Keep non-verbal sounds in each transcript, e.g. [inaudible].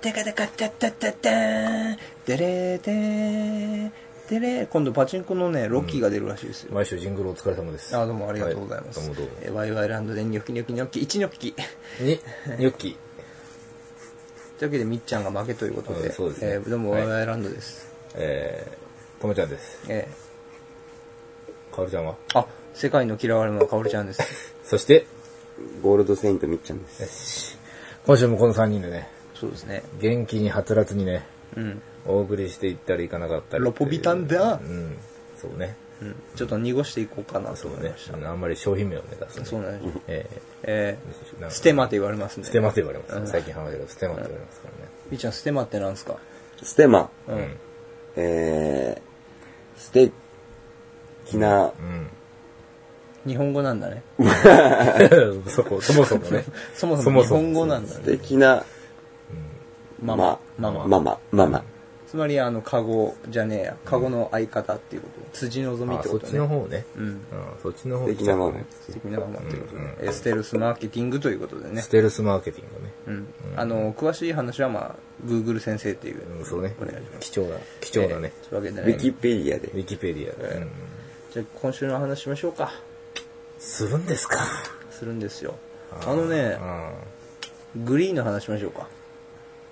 テカテカテッテッテッテーンデレーテーデレー今度パチンコのねロッキーが出るらしいですよ、毎週ジングルお疲れ様です。あどうもありがとうございます、はいどうもどえーワイワイランドでニョキニョキニョキ1ニョキうも。に、ニョッキ。というわけでみっちゃんが負けということで,、うんそうですねえーどうもワイワイランドです、えー、ともちゃんです。えかおるちゃんはーあ世界の嫌われ者かおるちゃんですそして、ゴールドセイントみっちゃんです。今週もこの3人でね、そうですね元気にはつらつにね、うんお送りしていったりいかなかったりっていう。ロポビタンだうん。そうね。うんちょっと濁していこうかなとそ思ういねました。あのあんまり商品名をね、出すねそうなんですよええーなー、んかステマって言われますねステマって言われます、うん最近話だけど、ステマって言われますからね。みっちゃんステマってなんですかステマ、うん、えー、素敵な、日本語なんだねうん。そこ、そもそもね。 [laughs] そもそも日本語なんだ素ね敵な、マまマママママ、ママ。つまりあのカゴじゃねえやカゴの相方っていうこと辻希美っあ、てそこっとちのね方ね。うんうん、そっちの方素敵なママ。素敵なママっていうことねエステルスマーケティングということでねステルスマーケティングね。うんあの詳しい話はまあグーグル先生っていううん、そうねお願いしま。す貴重な、貴重なね。えーというわけでウねィキペディアでウ。ィキペディアで。うんじゃあ今週の話しましょうかするんですかするんですよあのねうグリーンの話しましょうかん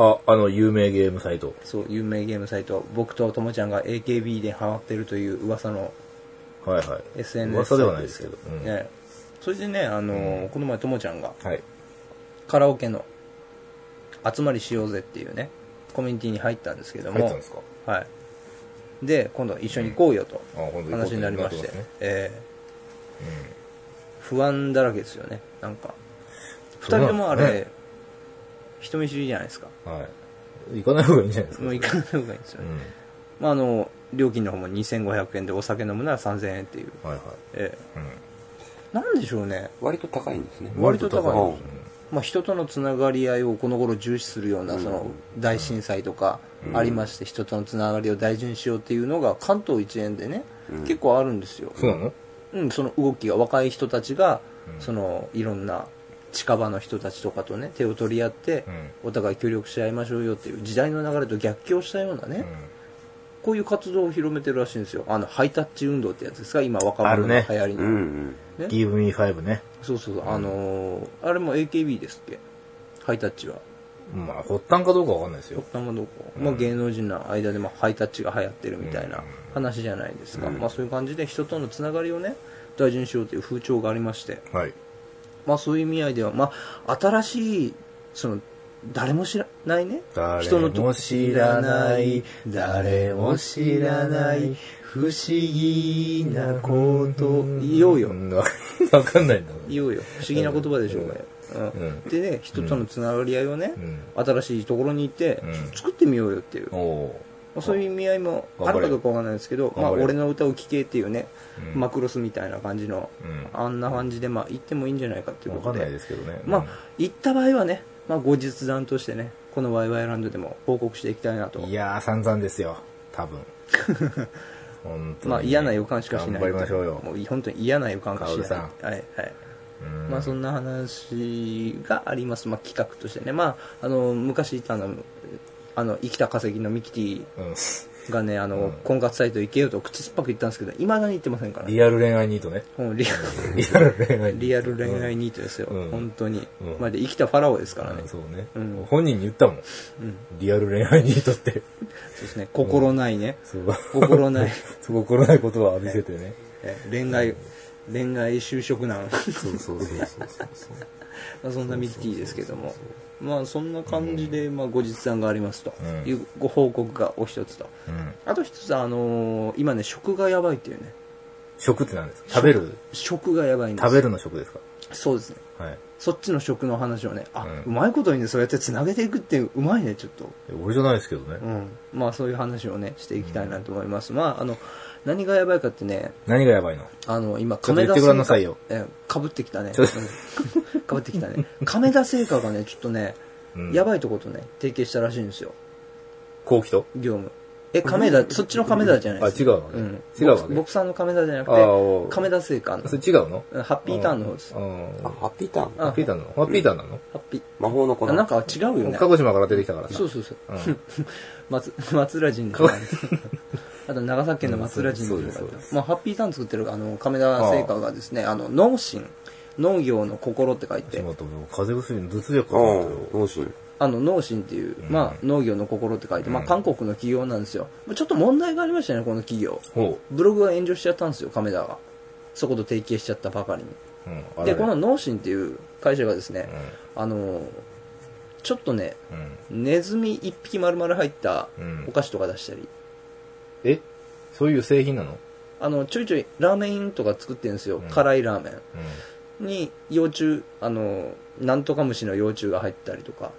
あ、あの、有名ゲームサイト。そう有名ゲームサイト僕とともちゃんが AKB でハマってるという噂のはいはい。 SNS 噂ではないですけど。うんねそれでねあのーこの前ともちゃんがはい。カラオケの集まりしようぜっていうねコミュニティに入ったんですけども入ったんですかはいで今度一緒に行こうよとうんあ今度行こうと話になりまして、なってますねえー不安だらけですよねなんか2人ともあそうなんですれね人見知りじゃないですかはい。行かない方がいいんじゃないですか。もう行かない方がいいんですようね、ん。まあ、あの料金の方も2500円でお酒飲むなら3000円っていう、はいはい。えうーなんでしょうね割と高いんですね。ん。割と高いうんまあ、人とのつながり合いをこの頃重視するようなその大震災とかありまして人とのつながりを大事にしようっていうのが関東一円でね結構あるんですよ、そうなのうん、その動きが若い人たちがそのいろんな近場の人たちとかとね手を取り合ってお互い協力し合いましょうよっていう時代の流れと逆行したようなねこういう活動を広めてるらしいんですよあのハイタッチ運動ってやつですか今若あ者るの流ね行りうの、んうん。ね Give me five ね。そうそうそうあのーあれも AKB ですっけハイタッチはまあ、発端かどうかわかんないですよ極。端などこ、まあ、芸能人の間でもハイタッチが流行ってるみたいな話じゃないですか、まあ、そういう感じで人とのつながりをね大事にしようという風潮がありまして、はい。まあ、そういう意味合いでは、まあ、新しいその誰も知らないね誰人のも知らない、誰も知らない、不思議なこと言おようよわわかんないんだもん。言おうよ不思議な言葉でしょうね、うんでね人とのつながり合いをね、ん新しいところに行って、んちょっと作ってみようよっていうおおまあそういう意味合いもあるかどうかわかんないですけど、頑まあ、張れ俺の歌を聴けっていうね、うんマクロスみたいな感じの、うんあんな感じで、まあ、行ってもいいんじゃないかっていうわこかとんで、ないですけどね。まあ、行った場合はね、まあ、後日談としてね、このワイワイランドでも報告していきたいなと。いやー、散々ですよ。[laughs] 多分。本当に。まあ、嫌な予感しかしない。頑張りましょうよ。もう本当に嫌な予感がしない。薫さんはい、はい。まあ、そんな話があります。まあ、企画としてね。まあ、あの、昔いたの、あの、生きた化石のミキティうん。がね、あの、婚活サイト行けよと口酸っぱく言ったんですけど、いまだに言ってませんからね。リアル恋愛ニートね。うんリアリアル恋愛ニート。リアル恋愛ニートですよ、うん本当に、うんまあ、で生きたファラオですからね、うんそそうねうん。本人に言ったもん。リアル恋愛ニートって。うですね心ないね、そう。心ないそう心ないことを浴びせてね。え恋愛、恋愛就職難そうそうそうそう [laughs] そうそう。まあそんなミキティですけどもまあそんな感じで、まあ、後日談がありますとうんいうご報告がお一つと、うん。あと一つあのー今ね食がやばいっていうね食って何ですか食べる食がやばいんです食べるの食ですかそうですねはい。そっちの食の話をねあ、うんうまいことにねそうやってつなげていくってうまいねちょっと俺じゃないですけどね。うん、まあそういう話をねしていきたいなと思います、まああの何がやばいかってね何がやばいのあの今ちょっと言ってごらんなさいよえかぶってきたねちょっとうんかぶってきたね亀田製菓がねちょっとね、うんやばいとことね提携したらしいんですよ後期と業務え、亀田、そっちの亀田じゃないあ、で違すうか。わうねん。。違うわ僕ね僕。さんの亀田じゃなくあーて、亀田製菓の。それ違うのうんハッピーターンの方です。うハん。あ、ハッピーターンハッピーターンなのハッピーターンなのッピー。魔法の粉。あなんか違うよね鹿。児島から出てきたからさ。そうそうそううん。 [laughs] 松、松浦神社なんです。 [laughs] あと長崎県の松浦神社うんそうですとかそうでまあ、ハッピーターン作ってる、あの、亀田製菓がですね、あの、農心、農業の心って書いしててま、った俺風邪薬の頭痛薬かうと思っん、たよ。脳神。あの、農心っていう、まあ、農業の心って書いて、まあ、韓国の企業なんですよ。まあちょっと問題がありましたね、この企業。ほブログが炎上しちゃったんですよ、亀田が。そこと提携しちゃったばかりに。う。うん。あれで、この農心っていう会社がですね、あの、ちょっとね、うん。うん。ネズミ一匹丸々入ったうんお菓子とか出したり、えそういう製品なのあの、ちょいちょいラーメンとか作ってるんですよ。ん辛いラーメうん。ンに幼虫、あの、なんとか虫の幼虫が入ったりとか、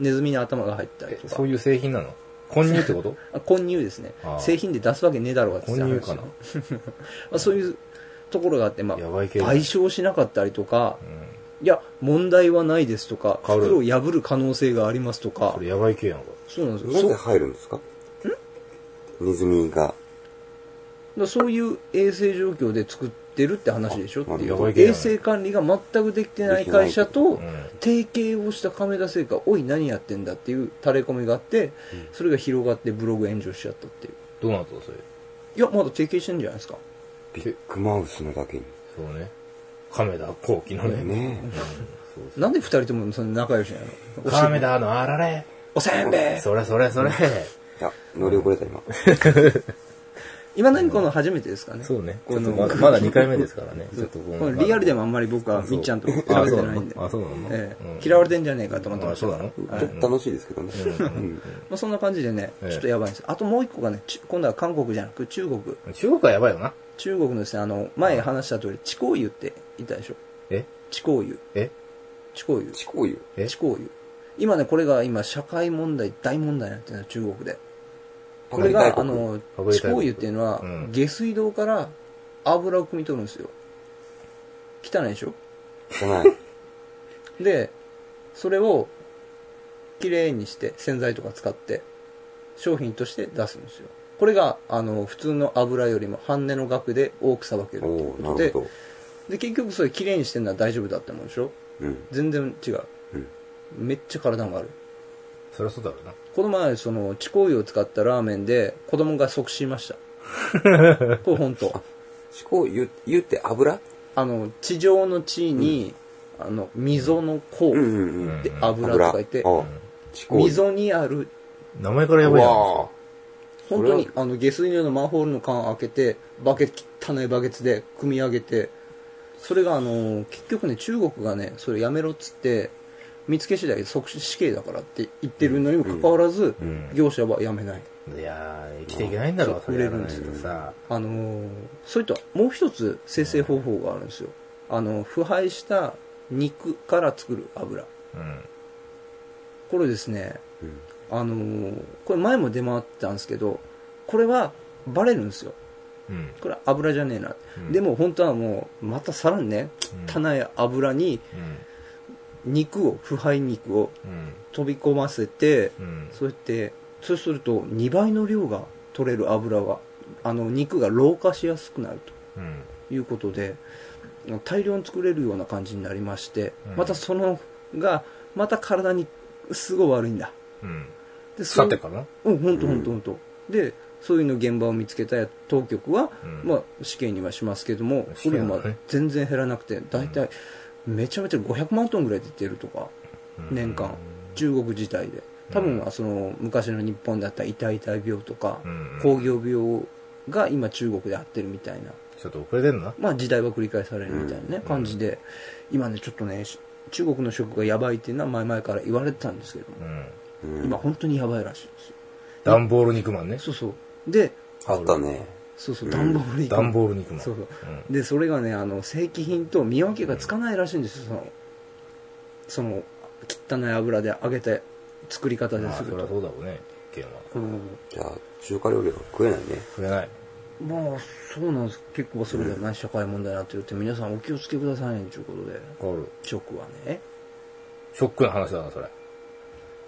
ネズミの頭が入ったりえとかそう、いう製品なの混入ってこと [laughs] あ混入ですねあ。ー製品で出すわけねえだろうがって混入かな話 [laughs] まあそういうところがあって、まあ、やばい系賠だ償しなかったりとか、うん。いや、問題はないですとか、変わる袋を破る可能性がありますとかこ、れやばい系やんか。そうなんですなよ。ぜそ入るんですかネズミが。だそういう衛生状況で作ってるって話でしょっていあやばういけど衛生管理が全くできてない会社うとん提携をした亀田製菓おい何やってんだっていう垂れ込みがあってそれが広がってブログ炎上しちゃったっていうどうなったのそれ。いやまだ提携してんじゃないですかビッグマウスのだけに。そうね。亀田後期のね。ねうん。そうそうなんで二人ともそんな仲良しなのおせ亀田のあられ。おせんべいそれそれそれ。え。いや、乗り遅れた今。今何この初めてですかねそうね。ここののままだ2回目ですからね。ちょっとここののリアルでもあんまり僕はみっちゃんと食べてないんであ、そうなのええ嫌われてんじゃねえかと思ってあましそたうかならはのいちょっと楽しいですけどね。うんまあ、そんな感じでね、ええちょっとやばいんです。あともう一個がね、ち今度は韓国じゃなく中国。中国はやばいよな。中国のですね、あの、前話した通り、地高油って言ったでしょ。え地高油。え地高油。地高油。え地高油。今ね、これが今、社会問題、大問題になってるの、中国で。これパが、あクリ大国の、パクリ大国地高油っていうのは、うん下水道から油を汲み取るんですよ。汚いでしょじゃない。で、それを、きれいにして、洗剤とか使って、商品として出すんですよ。これが、あの、普通の油よりも半値の額で多くさばけるおという [laughs] おこなとでるほ、ど。で、結局それきれいにしてるのは大丈夫だって思うでしょうん。全然違う。うんめっちゃ体もある。そりゃそうだろうな。この前、その、地高油を使ったラーメンで、子供が即死しました。これ本当。地高油、油って油あの、地上の地に、あの、溝の甲うんでうんううん。ん油と書いて、あ、地高油。溝にある名前からやばいやわんあ。本当にあの下水のようなマンホールの缶開けてバケツ汚いバケツで組み上げてそれがあの結局ね中国がねそれやめろっつって見つけ次第即死刑だからって言ってるのにもかかわらず、ん業者はやめない、いやー、生きていけないんだろう、それやらないとさ。あのーそれともう一つ生成方法があるんですよあの腐敗した肉から作る油うん。これですねあのーこれ前も出回ってたんですけどこれはバレるんですようん。これ油じゃねえな、うんでも本当はもうまたさらにね汚い油にうん。肉を腐敗肉をうん。飛び込ませて、うん。そうやってそうすると2倍の量が取れる油があの肉が老化しやすくなるうん。ということで大量に作れるような感じになりまして、うんまたそのがまた体にすごい悪いんだうん。でそ腐うってっからな。うん本当本当本当でそういうの現場を見つけたや当局は、うんまあ、死刑にはしますけども、死こ刑れなのねまあ全然減らなくて、大体、めちゃめちゃ500万トンぐらい出てるとか、うん年間、中国自体で。多分、まあその昔の日本だった痛い痛い病とかう、ん。工業病が今中国で合ってるみたいな、ちょっと遅れてんな。まあ時代は繰り返されるみたいなね、感じで、今ね、ちょっとね、し中国の食がやばいっていうのは前々から言われてたんですけども、うん。うん。今本当にやばいらしいですよ。段ボール肉まんね。そうそう。で、あったね。そうそう、段ボール以下段ボール肉まん。そうそう。うん。で、それがね、あの、正規品と見分けがつかないらしいんですよ、その、その、汚い油で揚げて、作り方でまあ、すそるりゃと。そうだろうね、県は。うん。じゃあ、中華料理は食えないね。触れない。まあ、そうなんです。結構それでね、社会問題になってるって、皆さんお気をつけくださいね、ということで。変わる。食はね。ショックな話だな、それ。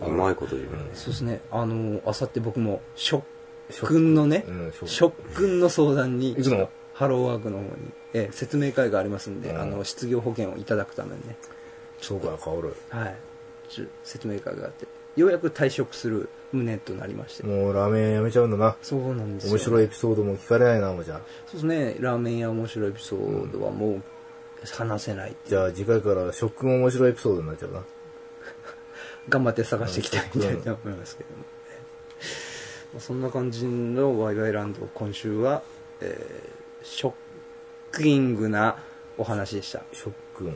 うまいこと言うね。そうですね、あの、あさって僕も、ショッ君のねうん、ショック職君の相談に行くのハローワークの方に、ええ説明会がありますんで、うんあの失業保険をいただくためにねそうか、薫。はいちょ説明会があってようやく退職する旨となりまして、もうラーメンやめちゃうんだな。そうなんですよ面白いエピソードも聞かれないな、もうじゃあ。そうですねラーメン屋面白いエピソードはもう話せないってじゃあ次回からショックも面白いエピソードになっちゃうな。頑張って探していきたいみたいな思いますけども、まあそんな感じのワイワイランド今週は、えーショッキングなお話でしたショックン。